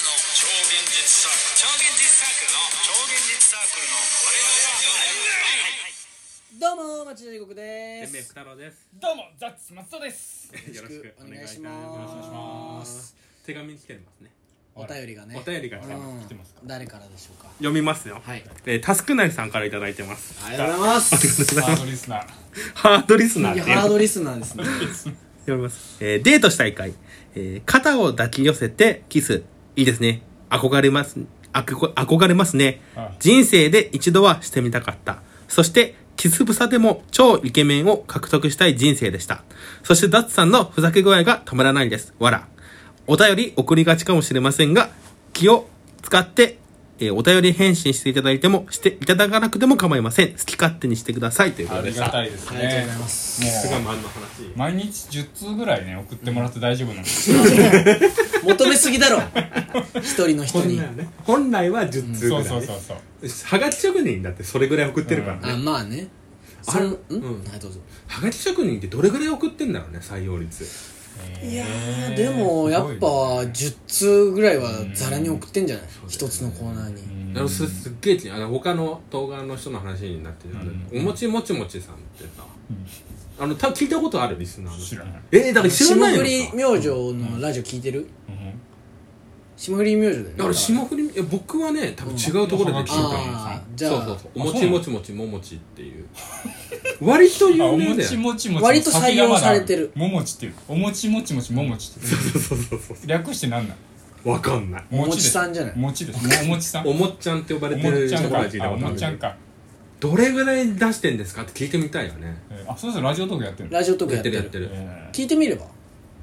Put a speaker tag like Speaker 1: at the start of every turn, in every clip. Speaker 1: 現実サークル超現実サークルの超現実サークルの我々は
Speaker 2: どうも町田地獄で
Speaker 3: 天命
Speaker 2: す
Speaker 3: 太郎です。
Speaker 4: どうもザッツ松戸です
Speaker 2: よ
Speaker 3: よ
Speaker 2: ろ
Speaker 3: ろ
Speaker 2: し
Speaker 3: し
Speaker 2: く
Speaker 3: く
Speaker 2: お
Speaker 3: お
Speaker 2: 願
Speaker 3: 願
Speaker 2: い
Speaker 3: い
Speaker 2: し
Speaker 3: し
Speaker 2: ま
Speaker 3: ますす。手紙来てますね。
Speaker 2: お便りがね
Speaker 3: お便りが来てます
Speaker 2: うん
Speaker 4: 来てますか
Speaker 2: 誰からでしょうか
Speaker 3: 読みますよ。
Speaker 2: はい
Speaker 3: えータスクナイさんからいただいてます。
Speaker 2: ありがとうございま
Speaker 3: ありがと
Speaker 2: す
Speaker 3: うござい
Speaker 4: ハ
Speaker 3: ま
Speaker 4: ー
Speaker 3: す
Speaker 4: ドリスナー
Speaker 3: ハードリスナーっていう
Speaker 2: ハードリスナーですね
Speaker 3: 読みます。えーデートしたい会。えー肩を抱き寄せてキス。いいですね。憧れます。あこ憧れますね
Speaker 4: ああ。
Speaker 3: 人生で一度はしてみたかった。そして、キスブサでも超イケメンを獲得したい人生でした。そして、ダッツさんのふざけ具合がたまらないです。わら。お便り送りがちかもしれませんが、気を使って、えーお便り返信していただいても、していただかなくても構いません。好き勝手にしてください。ということ
Speaker 4: あ
Speaker 3: で
Speaker 4: り
Speaker 3: した。
Speaker 4: がたいですね
Speaker 2: ありがとうございます
Speaker 4: もう
Speaker 3: マンの話。
Speaker 4: 毎日10通ぐらいね送ってもらって大丈夫なんです
Speaker 2: 求めすぎだろ一人の人
Speaker 3: 本
Speaker 2: に
Speaker 3: 来はね本来は10通ぐら
Speaker 4: そ
Speaker 3: い、
Speaker 4: う
Speaker 3: ね
Speaker 4: そうそうそう
Speaker 3: はがき職人だってそれぐらい送ってるからね、
Speaker 2: あまあね
Speaker 3: あれ
Speaker 2: そん
Speaker 3: うん
Speaker 2: はいどうぞ
Speaker 3: はがき職人ってどれぐらい送ってんだろうね採用率
Speaker 2: いや
Speaker 4: え
Speaker 2: ー
Speaker 4: ー
Speaker 2: でもやっぱ10通ぐらいはざらに送ってんじゃない
Speaker 3: うん
Speaker 2: 一つのコーナー
Speaker 4: すごい
Speaker 2: に
Speaker 4: ね
Speaker 3: あのすすっげえ気にあの他の動画の人の話になってる、
Speaker 4: うん
Speaker 3: おもちもちもちさんってさ
Speaker 4: うん
Speaker 3: あのた聞いたことあるリスナーの
Speaker 4: 知らない
Speaker 3: えーだから知ら
Speaker 2: 霜
Speaker 3: ない
Speaker 2: 降
Speaker 3: の
Speaker 2: り
Speaker 3: さ
Speaker 2: 明星のラジオ聞いてる
Speaker 4: うん
Speaker 2: 霜降り明星だよね
Speaker 3: だから霜降りいや僕はね多分違うところで聞いたの
Speaker 2: あーじゃあ
Speaker 3: そうそうそうお
Speaker 4: あ
Speaker 3: も
Speaker 4: そう
Speaker 3: ち
Speaker 4: なの
Speaker 3: もちもちももちっていう 割と有
Speaker 4: あお
Speaker 3: 名
Speaker 4: も
Speaker 3: だよ
Speaker 4: ちもちもち
Speaker 2: 割と採用されてる
Speaker 4: ももちっていうおもちもちもちももちっていう
Speaker 3: そうそうそうそ
Speaker 4: 略してなんなん
Speaker 3: うわかんない
Speaker 2: おもちさんじゃない
Speaker 4: もちですおもちさん
Speaker 3: お
Speaker 4: おも
Speaker 3: もっちゃんって呼ばれてる
Speaker 4: ちゃ
Speaker 3: 人
Speaker 4: ん
Speaker 3: たち
Speaker 4: か
Speaker 3: で
Speaker 4: あおもちゃんか
Speaker 3: どれぐらい出してんですかって聞いてみたいよね
Speaker 4: えーあそうそうラジオトークやってるの
Speaker 2: ラジオとか
Speaker 3: や
Speaker 2: やっ
Speaker 3: ってて
Speaker 2: る
Speaker 3: るやってる
Speaker 4: え
Speaker 2: 聞いてみれば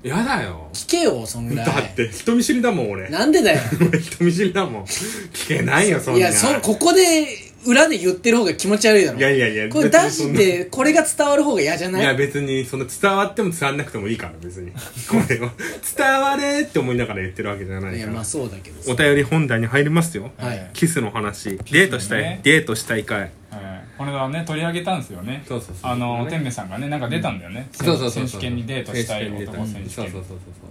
Speaker 3: やだよ
Speaker 2: 聞けよそんぐらい
Speaker 3: だって人見知りだもん俺
Speaker 2: なんでだよ
Speaker 3: 俺人見知りだもん聞けないよそんない
Speaker 2: やそここで裏で言ってる方が気持ち悪いだろ
Speaker 3: いやいやいや
Speaker 2: これ出
Speaker 3: 別にそ
Speaker 2: し
Speaker 3: んな
Speaker 2: てこれが伝わる方が嫌じゃない
Speaker 3: いや別にその伝わっても伝わんなくてもいいから別にこれは伝われって思いながら言ってるわけじゃないい
Speaker 2: や
Speaker 3: から
Speaker 2: まあそうだけどさ
Speaker 3: お便り本題に入りますよ
Speaker 4: ー
Speaker 2: はい
Speaker 3: キスの話デートしたい
Speaker 4: ね
Speaker 3: デートしたい回
Speaker 4: えーこれはね取り上げたんですよね
Speaker 3: そうそうそう
Speaker 4: あの
Speaker 3: ね
Speaker 4: 天明さんがねなんか出たんだよね選手権にデートしたい男選手
Speaker 3: そ
Speaker 4: 権
Speaker 3: うそうそうそう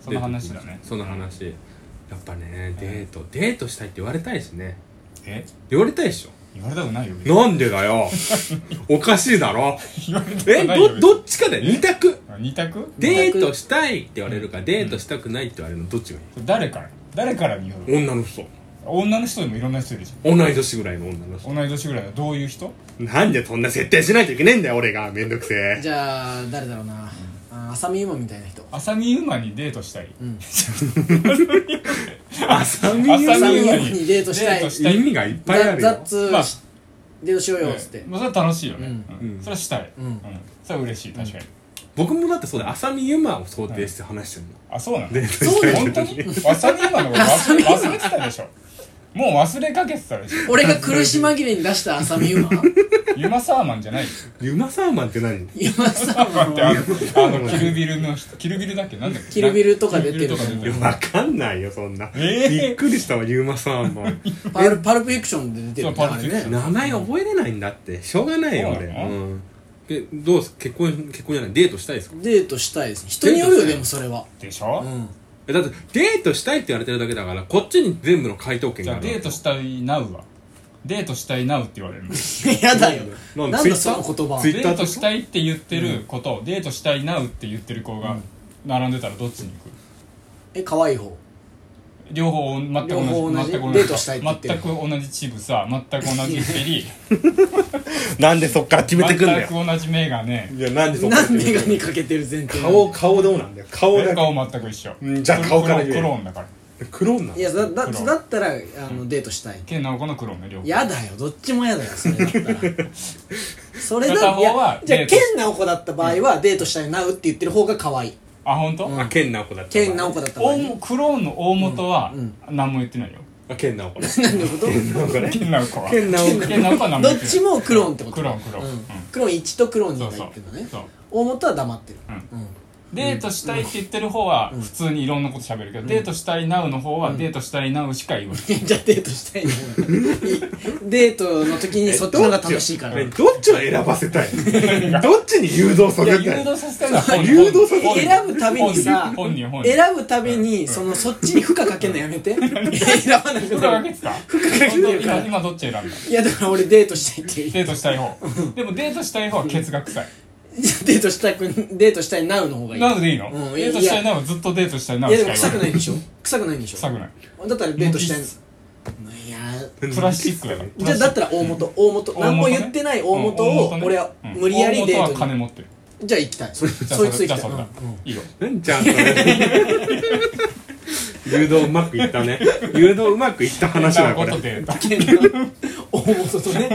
Speaker 4: その話だね
Speaker 3: その話やっぱねデートデートしたいって言われたいしね
Speaker 4: え
Speaker 3: 言われたいでしょ
Speaker 4: 言われたくないよ
Speaker 3: なんでだ よおかしいだろ
Speaker 4: 言われた
Speaker 3: え
Speaker 4: くないよ
Speaker 3: どどっちかだよ二択
Speaker 4: 二択
Speaker 3: デートしたいって言われるかデートしたくないって言われるのどっちがい
Speaker 4: 誰から誰からによる
Speaker 3: い女の人
Speaker 4: 女の人でもいろんな人いるじ
Speaker 3: 同い年ぐらいの女の
Speaker 4: ゃ
Speaker 3: 人
Speaker 4: ん同い年ぐらいのどういう人
Speaker 3: なんでそんな設定しないといけねえんだよ俺がめんどくせえ
Speaker 2: じゃあ誰だろうなあ浅見ゆまみたいな人
Speaker 4: 浅見馬にデートしたい
Speaker 2: うん
Speaker 3: 浅見
Speaker 4: 浅
Speaker 2: 浅見
Speaker 4: 見
Speaker 2: ゆ
Speaker 4: ゆ
Speaker 2: ま
Speaker 4: ま
Speaker 2: み
Speaker 4: に
Speaker 2: にデートしたい
Speaker 4: デートし
Speaker 3: 意味がいっぱいある
Speaker 2: ザザ
Speaker 3: よ
Speaker 2: ッツ
Speaker 4: まあ
Speaker 2: デートしようよっつって
Speaker 4: ええまあそれは楽しいよね
Speaker 2: う
Speaker 4: うんそれはしたい
Speaker 2: うん
Speaker 4: うんそれは嬉しい確かに
Speaker 3: 僕もだってそうだ浅見ゆまを想定して話してるの
Speaker 4: あそうなの
Speaker 3: デート
Speaker 2: そうだよ
Speaker 4: 本当に浅見馬のこと忘れ忘れてたでしょもう忘れかけてたでしょ
Speaker 2: 俺が苦し紛れに出した浅見ゆ ま
Speaker 4: ユマサーマンじゃない
Speaker 3: ゆまサーマンって何
Speaker 2: ゆまさん
Speaker 4: ってあ
Speaker 2: は
Speaker 4: のあのキルビルの人キルビルだっけなんだっけ
Speaker 2: キルビルとか出てる
Speaker 4: キルビルとか
Speaker 3: いやわかんないよそんな、
Speaker 4: えー
Speaker 3: びっくりしたわゆまさんも
Speaker 2: パルパルプフィクションで出てるよね
Speaker 4: そう
Speaker 2: あれ
Speaker 4: パルプフィク
Speaker 2: ね
Speaker 4: ション
Speaker 3: 名前覚えれないんだってしょうがないよ
Speaker 4: そ
Speaker 3: 俺
Speaker 4: うなの
Speaker 3: うんえどうす結婚結婚じゃないデートしたいですか
Speaker 2: デートしたいですね人によるよ
Speaker 3: デートしたい
Speaker 2: でもそれは
Speaker 4: でしょ、
Speaker 2: うん
Speaker 3: えだってデートしたいって言われてるだけだからこっちに全部の回答権
Speaker 4: じ
Speaker 3: が
Speaker 4: ゃ
Speaker 3: あ
Speaker 4: あ
Speaker 3: る
Speaker 4: デートしたいなうはデートしたいなうって言われるの
Speaker 2: やだよ
Speaker 3: な
Speaker 2: なんん
Speaker 3: だ
Speaker 2: だその言葉
Speaker 3: ツイ
Speaker 4: デ
Speaker 3: ッター
Speaker 4: ートしたいって言ってる子と、デートしたいなうって言ってる子が並んでたらどっちに行く
Speaker 2: え可愛い方
Speaker 4: 両方全く同じ
Speaker 2: 両方同じ
Speaker 4: 全く同
Speaker 2: デートしたいって言ってる
Speaker 4: 全く同じチブさ全く同じヘ リ
Speaker 3: なんでそっから決めて
Speaker 4: 全
Speaker 3: くんだよ
Speaker 4: く同じ眼鏡
Speaker 3: いやなんでそっか
Speaker 2: な
Speaker 3: ら
Speaker 2: ん眼
Speaker 3: 決めて
Speaker 2: 鏡かけてる前提
Speaker 3: くん
Speaker 2: な
Speaker 3: だ
Speaker 2: の
Speaker 3: よ顔顔どうなんだよ顔だけ
Speaker 4: 顔全く一緒
Speaker 3: うんじゃあ顔から言え
Speaker 4: クローンだから
Speaker 3: クローンなの
Speaker 2: いやだだ
Speaker 4: 黒
Speaker 2: だったらあのデートしたい
Speaker 4: ケンナオコのクローンね両方
Speaker 2: やだよどっちもやだよそれだったら それだ
Speaker 4: 片方はい
Speaker 2: やじゃあ
Speaker 4: デート
Speaker 2: ケンナオコだった場合はデートしたいなうって言ってる方が可愛い
Speaker 4: あ本当、
Speaker 3: あケンナオコだった
Speaker 2: ケンナオコだった場合
Speaker 4: 大
Speaker 2: ね
Speaker 4: もクローンの大元は
Speaker 2: うん
Speaker 4: 何も言ってないよ、
Speaker 3: あケンナオコだ
Speaker 2: 何のこと
Speaker 4: ケンナオコは
Speaker 3: ケンナオコ
Speaker 4: ケンナオコは何
Speaker 2: ど
Speaker 4: も
Speaker 2: っ
Speaker 4: 言
Speaker 2: て
Speaker 4: ない
Speaker 2: ちもクローンってこと
Speaker 4: クローンクローン
Speaker 2: うん
Speaker 4: うん
Speaker 2: クローン1とクローン
Speaker 4: そう
Speaker 2: 2
Speaker 4: そ
Speaker 2: が
Speaker 4: う
Speaker 2: いってるのね
Speaker 4: そう
Speaker 2: 大元は黙ってる
Speaker 4: うん
Speaker 2: うん
Speaker 4: デートしたいって言ってる方は普通にいろんなこと喋るけど、デートしたいなうの方はデートしたいなうしか言わない、
Speaker 2: じゃあデートしたいねデートの時にそっちの方が楽しいから
Speaker 3: えどっちを選ばせたい どっちに誘導さ
Speaker 4: いや
Speaker 3: せ
Speaker 4: 誘
Speaker 3: たい
Speaker 4: 導させたいのは本人
Speaker 3: 誘導させたい
Speaker 2: 選ぶためにさ
Speaker 4: 本人本人
Speaker 2: 選ぶためにそのそっちに負荷かけんのやめて選ばなく
Speaker 4: 負荷か
Speaker 2: な
Speaker 4: け
Speaker 2: る
Speaker 4: てた
Speaker 2: 負荷かけてるか
Speaker 4: 今
Speaker 2: ら
Speaker 4: 今どっち選んだ
Speaker 2: いやだから俺デートしたいって
Speaker 4: デートしたい方でもデートしたい方はケツが臭い
Speaker 2: じゃあデートしたくデートしたいなうの方がいい
Speaker 4: なのでいいの、
Speaker 2: うん
Speaker 4: デートしたいなはずっとデートしたいない
Speaker 2: やで
Speaker 4: しか
Speaker 2: も
Speaker 4: 言わ
Speaker 2: 臭くな
Speaker 4: ない
Speaker 2: いでしょ臭くないでし
Speaker 4: 臭
Speaker 2: ょ
Speaker 4: くない
Speaker 2: だったらデートしたい
Speaker 4: も
Speaker 2: いや
Speaker 4: プラスチックだから
Speaker 2: じゃあだったら大元大元
Speaker 4: 大元ね
Speaker 2: 何も言ってない大元を
Speaker 4: うん
Speaker 2: 俺は
Speaker 4: うん
Speaker 2: 無理やりデ
Speaker 4: 大
Speaker 2: ー
Speaker 4: 元は
Speaker 2: ト
Speaker 4: 金
Speaker 2: に
Speaker 4: 持ってる
Speaker 2: じゃあ行きたいそいつ
Speaker 4: じゃあそ
Speaker 2: 行
Speaker 4: れ
Speaker 2: き
Speaker 4: じ
Speaker 2: た
Speaker 4: ゃ
Speaker 2: い
Speaker 4: あそれだ
Speaker 2: うんうん
Speaker 4: いいよ
Speaker 3: うんちゃんそれ誘導うまくいったね誘導うまくいった話だこれ
Speaker 4: そんなことで
Speaker 2: けどな大元と ね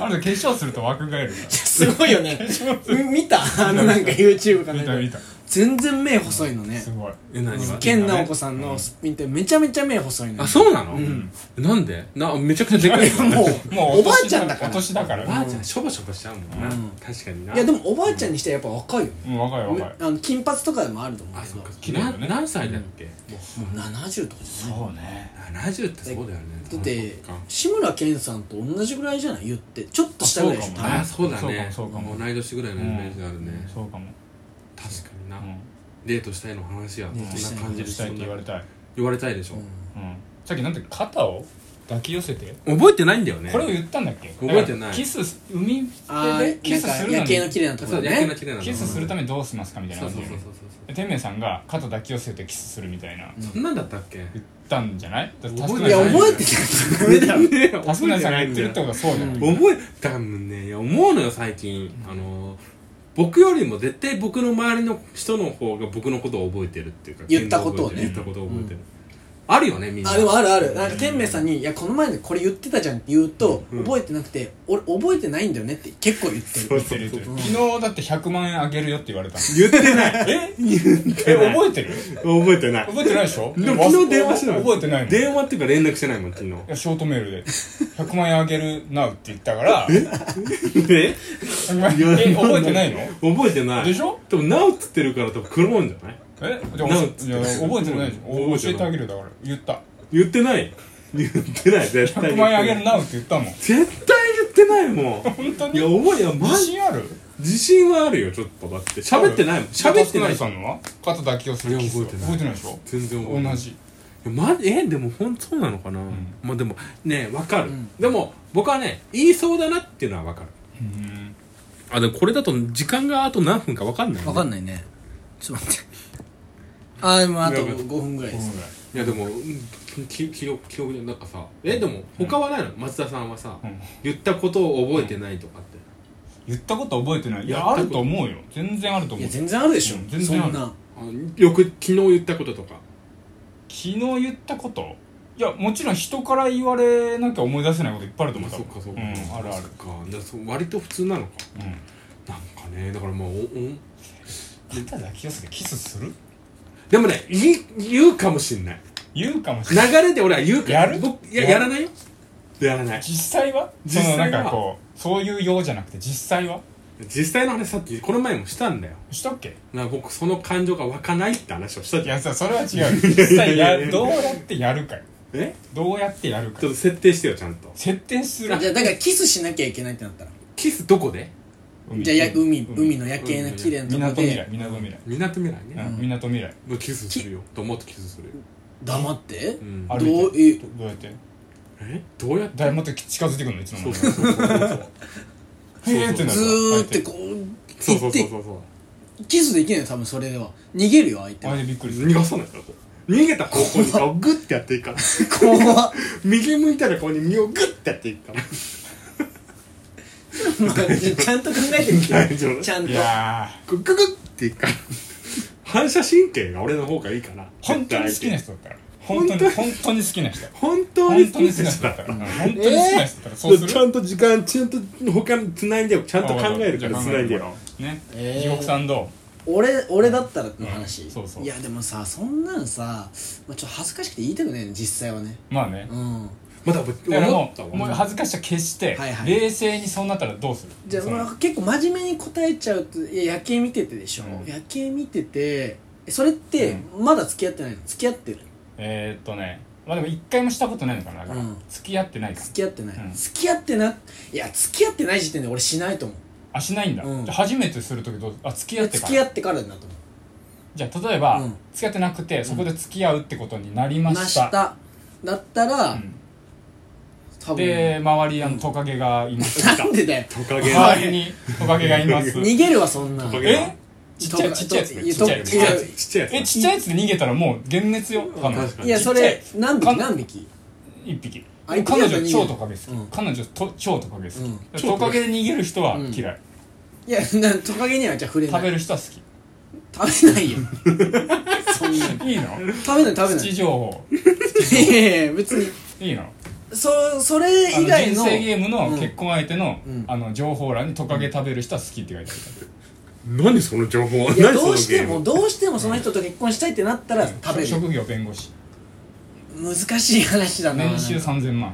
Speaker 4: あれ化粧すると若返るか
Speaker 2: すごいよね見たあのなんか YouTube からな
Speaker 4: 見
Speaker 2: ん
Speaker 4: た見
Speaker 2: か
Speaker 4: た
Speaker 2: 全然目細いのね
Speaker 4: すごい
Speaker 3: え何が
Speaker 2: 健直子さんのスピンってめちゃめちゃ目細いのよ
Speaker 3: あそうなの、なんでなめちゃくちゃでかいから
Speaker 2: も
Speaker 4: も
Speaker 2: う
Speaker 4: う
Speaker 2: おばあちゃんだか
Speaker 4: お
Speaker 2: ら
Speaker 4: 年だから
Speaker 3: おばあちゃ
Speaker 2: うん
Speaker 3: しょぼしょぼしちゃうもんな、
Speaker 2: うん
Speaker 3: 確かにない
Speaker 2: やでもおばあちゃんにしてはやっぱ若いよ
Speaker 4: うん若い若い
Speaker 2: あの金髪とかでもあると思う
Speaker 3: あ
Speaker 2: け
Speaker 3: そ
Speaker 2: ど
Speaker 3: っか
Speaker 4: 綺麗だよね
Speaker 3: な何歳だっけ、も
Speaker 2: もう70とかじゃないう
Speaker 4: ね
Speaker 3: う70ってそうだよね
Speaker 2: だって
Speaker 3: そっか
Speaker 2: 志村けんさんと同じぐらいじゃない言ってちょっと下ぐらいでしょ
Speaker 4: あそうかもね
Speaker 3: あそう
Speaker 4: そう
Speaker 3: だね
Speaker 4: かもそうかも
Speaker 3: 同い年ぐらいのイメージがあるね、
Speaker 4: そうかも
Speaker 3: 確かにな、
Speaker 4: うんデ
Speaker 3: デートしたいの話は
Speaker 2: デートし
Speaker 3: そ
Speaker 2: た
Speaker 3: ん
Speaker 2: いの
Speaker 3: な感じ
Speaker 4: ー
Speaker 3: で
Speaker 4: トしたいって言われたい
Speaker 3: 言われたいでしょ、
Speaker 4: うんさっきなんて肩を抱き寄せて
Speaker 3: 覚えてないんだよね
Speaker 4: これを言ったんだっけ
Speaker 3: 覚えてな
Speaker 4: だ
Speaker 3: い
Speaker 4: からキス海
Speaker 2: あ
Speaker 4: 辺で
Speaker 2: ー
Speaker 4: キ
Speaker 2: な
Speaker 4: ス
Speaker 2: ん
Speaker 4: す
Speaker 2: か
Speaker 4: るの
Speaker 2: 夜
Speaker 4: に
Speaker 2: 景の綺麗なとこ
Speaker 3: そ
Speaker 2: ろ
Speaker 3: う
Speaker 2: で
Speaker 3: 夜景の
Speaker 2: ね
Speaker 3: 綺麗なの
Speaker 4: キスするためにどうしますかみたいな
Speaker 3: そう
Speaker 4: 感
Speaker 3: そう
Speaker 4: じ
Speaker 3: そうそう
Speaker 4: で天明さんが肩抱き寄せてキスするみたいな
Speaker 3: そうそんなんだったっけ
Speaker 4: 言ったんじゃないだってタス
Speaker 3: 覚
Speaker 4: ク
Speaker 3: え
Speaker 4: ナ
Speaker 2: いや
Speaker 4: イさん
Speaker 2: 覚えてたからダメ だろ
Speaker 4: タスクナイさんが言ってるってこと
Speaker 3: 覚
Speaker 4: はそうじゃない
Speaker 3: えたもんねいや思うのよ最近あの僕よりも絶対僕の周りの人の方が僕のことを覚えてるっていうか
Speaker 2: 言ったことをね
Speaker 3: 言ったことを覚えてるあるよねみんな
Speaker 2: あでもあるあるなんか天明さんに「いやこの前でこれ言ってたじゃん」って言うと、
Speaker 3: うん
Speaker 2: 覚えてなくて「俺覚えてないんだよね」って結構言ってる
Speaker 3: そう
Speaker 4: 言ってる言って
Speaker 2: うん
Speaker 4: る昨日だって100万円あげるよって言われたの
Speaker 3: 言ってない
Speaker 4: え
Speaker 3: 言って
Speaker 4: え
Speaker 3: ない
Speaker 4: 覚えてる
Speaker 3: 覚えてない
Speaker 4: 覚え てないでしょ
Speaker 3: でも昨日電話してない
Speaker 4: 覚えてないのい
Speaker 3: 電話っていうか連絡してないもん昨日
Speaker 4: やショートメールで100万円あげるなうって言ったからえ
Speaker 3: え
Speaker 4: え覚えてないの
Speaker 3: 覚えてない
Speaker 4: でしょ
Speaker 3: でも「なお」っつってるから多分黒もんじゃない
Speaker 4: えじゃあ
Speaker 3: なんつって
Speaker 4: いや覚えてないでし
Speaker 3: 覚え
Speaker 4: ょ教え
Speaker 3: てない
Speaker 4: てあげるよだから言った
Speaker 3: 言ってない言ってない絶
Speaker 4: 100
Speaker 3: 対言ってな
Speaker 4: 万円あ
Speaker 3: い
Speaker 4: げるなうって言ったもん
Speaker 3: 絶対言ってないもん
Speaker 4: 本当
Speaker 3: いや
Speaker 4: に
Speaker 3: 覚えいやマ
Speaker 4: 自
Speaker 3: ジ
Speaker 4: 信ある
Speaker 3: 自信はあるよちょっとだって喋ってないもん喋ってない
Speaker 4: さんのは肩抱きをするキス
Speaker 3: いや覚えて
Speaker 4: 覚
Speaker 3: ない
Speaker 4: えてないでしょ
Speaker 3: 全然覚えてない
Speaker 4: 同じ
Speaker 3: いやまじえでも本当そうなのかな、
Speaker 4: ん
Speaker 3: まあでもねわかる、
Speaker 2: うん
Speaker 3: でも僕はね言いそうだなっていうのはわかる
Speaker 4: うん
Speaker 3: あでもこれだと時間があと何分かわかんない、ね、
Speaker 2: わかんないねちょっと待ってあでもあと
Speaker 3: いや
Speaker 2: 5分ぐらいです
Speaker 3: いやでもうんき記憶記憶でなんかさえでも他はないの、松田さんはさ、
Speaker 4: うん
Speaker 3: 言ったことを覚えてないとかって、
Speaker 4: 言ったこと覚えてないい
Speaker 3: や
Speaker 4: やあると思うよ全然あると
Speaker 2: い
Speaker 4: 思う
Speaker 2: や
Speaker 4: 昨
Speaker 2: 全然あるでしょ、
Speaker 4: うん全然あ
Speaker 2: そ
Speaker 4: る
Speaker 2: んな
Speaker 3: あよく昨日言ったこととか
Speaker 4: 日言ったこといやもちろん人から言われなきゃ思い出せないこといっぱいあると思
Speaker 3: まあ
Speaker 4: う
Speaker 3: そっかそっか、
Speaker 4: うんあるある
Speaker 3: そっかだからそう割と普通なのか
Speaker 4: うん
Speaker 3: なんかねだからまあおお
Speaker 4: 肩抱き寄せてキスする
Speaker 3: でもね言い言うかもしんない
Speaker 4: 言うかもしれ
Speaker 3: 流
Speaker 4: ない
Speaker 3: れで俺は言うから
Speaker 4: やる
Speaker 3: 僕いや
Speaker 4: やる
Speaker 3: やらないよやらない
Speaker 4: 実際は
Speaker 3: 実際は
Speaker 4: そのなんかこうそういうようじゃなくて実際は
Speaker 3: 実際の話さっきこの前もしたんだよ
Speaker 4: したっけ
Speaker 3: なんか僕その感情が湧かないって話をした
Speaker 4: い
Speaker 3: じゃん
Speaker 4: やさそれは違う実際
Speaker 3: いやいやい や
Speaker 4: やどうやってやるかよ
Speaker 3: え
Speaker 4: どうやってやるか
Speaker 3: ちょっと設定してよちゃんと
Speaker 4: 設定する
Speaker 2: じゃあだからキスしなきゃいけないってなったら
Speaker 3: キスどこで
Speaker 2: じゃあや海
Speaker 4: うん
Speaker 2: 海の夜景の綺麗なとこ
Speaker 4: 港
Speaker 2: で
Speaker 4: 未来港未来
Speaker 3: みなとみらいね、
Speaker 4: うん港未来
Speaker 3: もうキスするよと思ってキスするよ、
Speaker 2: 黙って
Speaker 3: う、ん
Speaker 4: 歩
Speaker 2: どう
Speaker 4: い
Speaker 2: え
Speaker 4: てどどうやって
Speaker 3: えどうやって
Speaker 4: 誰また近づいてくるのいつの間
Speaker 3: そ
Speaker 4: に
Speaker 3: う
Speaker 4: か
Speaker 3: そうそうそうそう
Speaker 4: へーってなる
Speaker 2: ずーってこう
Speaker 3: そうそ
Speaker 2: 行っ
Speaker 3: うそう
Speaker 2: て
Speaker 3: そうそう
Speaker 2: キスできないよ多分それでは逃げるよ相手
Speaker 4: あ
Speaker 2: は
Speaker 4: れでびっくりする
Speaker 3: 逃がさないからこう逃げた方向にこうグッてやっていくから
Speaker 2: 怖っ
Speaker 3: 右向いたらここに身をグッてやっていくから
Speaker 2: まあじゃあちゃんと考えてみて
Speaker 3: 大丈夫
Speaker 2: ちゃんと
Speaker 4: いや
Speaker 3: グググッていくから反射神経が俺の方がいいから
Speaker 4: ー本当に好きな人だったら本当
Speaker 3: 本当
Speaker 4: に本当に好きな人
Speaker 3: 本当に
Speaker 4: 本
Speaker 3: 好
Speaker 4: 当
Speaker 3: き
Speaker 4: に好
Speaker 3: な
Speaker 4: きな人
Speaker 3: 人
Speaker 4: だっ
Speaker 3: だったた
Speaker 4: ら
Speaker 3: ら
Speaker 4: 本当に好きな人だったらそうする
Speaker 3: ちゃんと時間ちゃんと他に繋いでよちゃんと考えるから繋いでよ
Speaker 4: ね
Speaker 2: えー
Speaker 4: 地獄さんど
Speaker 2: 俺俺だったらの話、
Speaker 4: うんそうそう
Speaker 2: やでもさそんなんさ、まあ、ちょっと恥ずかしくて言いたくないね実際はね
Speaker 4: うまあね
Speaker 2: うん
Speaker 3: まだ思
Speaker 4: だからも
Speaker 3: ったわ
Speaker 4: うもう恥ずかしさ消して、
Speaker 2: はいはい
Speaker 4: 冷静にそうなったらどうする
Speaker 2: じゃあ
Speaker 4: その
Speaker 2: まあ結構真面目に答えちゃうといや夜景見ててでしょ、
Speaker 4: うん
Speaker 2: 夜景見ててそれってまだ付き合ってないの付き合ってる
Speaker 4: えー、っとねまあでも一回もしたことないのかなだから、
Speaker 2: うん
Speaker 4: 付き合ってないから
Speaker 2: 付き合ってない、
Speaker 4: うん
Speaker 2: 付き合ってないや付き合ってない時点で俺しないと思う
Speaker 4: あしないんだ、
Speaker 2: うん
Speaker 4: じゃあ初めてする時どうあ付き合って
Speaker 2: 付
Speaker 4: か
Speaker 2: き合
Speaker 4: ら
Speaker 2: ってからだと思
Speaker 4: じゃあ例えば、
Speaker 2: うん
Speaker 4: 付き合ってなくてそこで付き合うってことになり
Speaker 2: う
Speaker 4: ま
Speaker 2: なし
Speaker 4: した
Speaker 2: ただったら、
Speaker 4: ん
Speaker 2: 多
Speaker 4: で
Speaker 2: 分
Speaker 4: 周りあのトカゲがいます
Speaker 2: なんでだよ
Speaker 5: トカゲの
Speaker 4: 周りにトカゲがいます
Speaker 2: 逃げるわそんな
Speaker 5: トカゲ
Speaker 4: えちっちゃいちっちゃいやつねちっちゃいや
Speaker 5: ちっちゃいや
Speaker 4: つ
Speaker 5: つちっちゃいやつ
Speaker 4: え
Speaker 5: な
Speaker 4: ちっちゃいやつで逃げたらもう幻滅よ彼女
Speaker 5: 確かに
Speaker 2: いやそれ何匹何匹
Speaker 4: 一匹
Speaker 2: あ一匹
Speaker 4: 彼
Speaker 2: だと逃げる
Speaker 4: 女超トカゲ好き、
Speaker 2: うん
Speaker 4: 彼女と超トカゲ好き、
Speaker 2: うん
Speaker 4: トカゲで逃げる人は嫌い、
Speaker 2: いやなトカゲにはじゃあ触れない
Speaker 4: 食べる人は好
Speaker 2: 食べないよそんな
Speaker 4: きいいの
Speaker 2: 食べない 食べない
Speaker 4: 土情報
Speaker 2: いやいや別に
Speaker 4: いいの
Speaker 2: そそれ
Speaker 4: あ
Speaker 2: 以
Speaker 4: の
Speaker 2: 外の
Speaker 4: 人生ゲームの
Speaker 2: うん
Speaker 4: 結婚相手の,、
Speaker 2: うん
Speaker 4: あの情報欄にトカゲ食べる人は好きって書いてある
Speaker 5: 何その情報
Speaker 2: いや
Speaker 5: 何そ
Speaker 2: ど
Speaker 5: の
Speaker 2: うして
Speaker 5: ゲー
Speaker 2: も
Speaker 5: ム
Speaker 2: どうしてもその人と結婚したいってなったら食べる
Speaker 4: 職業弁護士
Speaker 2: 難しい話だな
Speaker 4: 年収3000万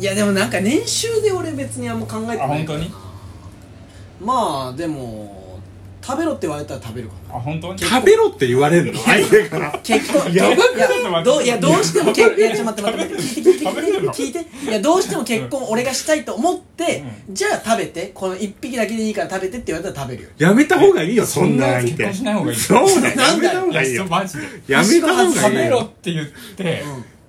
Speaker 2: いやでもなんか年収で俺別にあんま考えてない
Speaker 4: あ本当に
Speaker 2: まあでも食べろって言われたら食べるか
Speaker 4: あ本当に
Speaker 5: 食べろって言われるの相手から
Speaker 2: な結婚い
Speaker 4: やばく
Speaker 2: いや
Speaker 4: ちょっと待って
Speaker 2: どういやどうしても結いやちょっと待って待って聞いて
Speaker 4: 食べれるの
Speaker 2: 聞いて聞いて聞いていやどうしても結婚俺がしたいと思って、じゃあ食べてこの一匹だけでいいから食べてって言われたら食べるよ
Speaker 5: やめた方がいいよそ
Speaker 4: そ
Speaker 5: ん
Speaker 4: ん
Speaker 5: な
Speaker 4: な
Speaker 5: 相
Speaker 4: 結
Speaker 5: 手
Speaker 4: 婚しない方がいい
Speaker 5: そうだよ
Speaker 2: な
Speaker 5: や
Speaker 2: ん
Speaker 5: め
Speaker 2: だ
Speaker 5: た
Speaker 2: よ
Speaker 5: 方がいい
Speaker 4: いや
Speaker 5: よ
Speaker 4: マジで
Speaker 5: やめた方が
Speaker 4: 食
Speaker 5: いいよ
Speaker 4: べろって言って、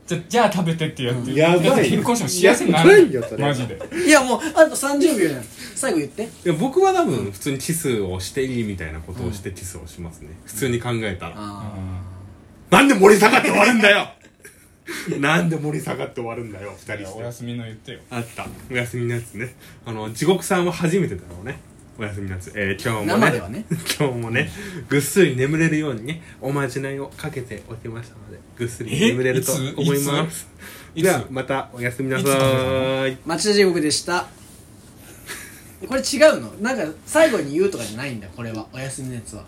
Speaker 4: じゃじゃあ食べてってやって
Speaker 5: やばいよ
Speaker 4: だって結婚しても幸せになる
Speaker 5: やばいよそれ
Speaker 4: マジで
Speaker 2: いやもうあと30秒じゃん最後言って
Speaker 3: いや僕は多分普通にキスをしていいみたいなことをしてキスをしますね、普通に考えたら、
Speaker 2: あ
Speaker 5: なんで盛り下がって終わるんだよ なんで盛り下がって終わるんだよ二人し
Speaker 4: お
Speaker 5: て
Speaker 4: 休みの言ってよ
Speaker 3: あったお休みのやつねあの地獄さんは初めてだろうねお休みのやつ、えー、今日もね
Speaker 2: 生ではね
Speaker 3: 今日もねぐっすり眠れるようにねおまじないをかけておきましたのでぐっすり眠れると
Speaker 4: えいつ
Speaker 3: 思います
Speaker 4: いつ
Speaker 3: ではまたおやすみなさ
Speaker 4: いつ
Speaker 3: ーい
Speaker 2: 町田地獄でしたこれ違うのなんか最後に言うとかじゃないんだこれはお休みのやつは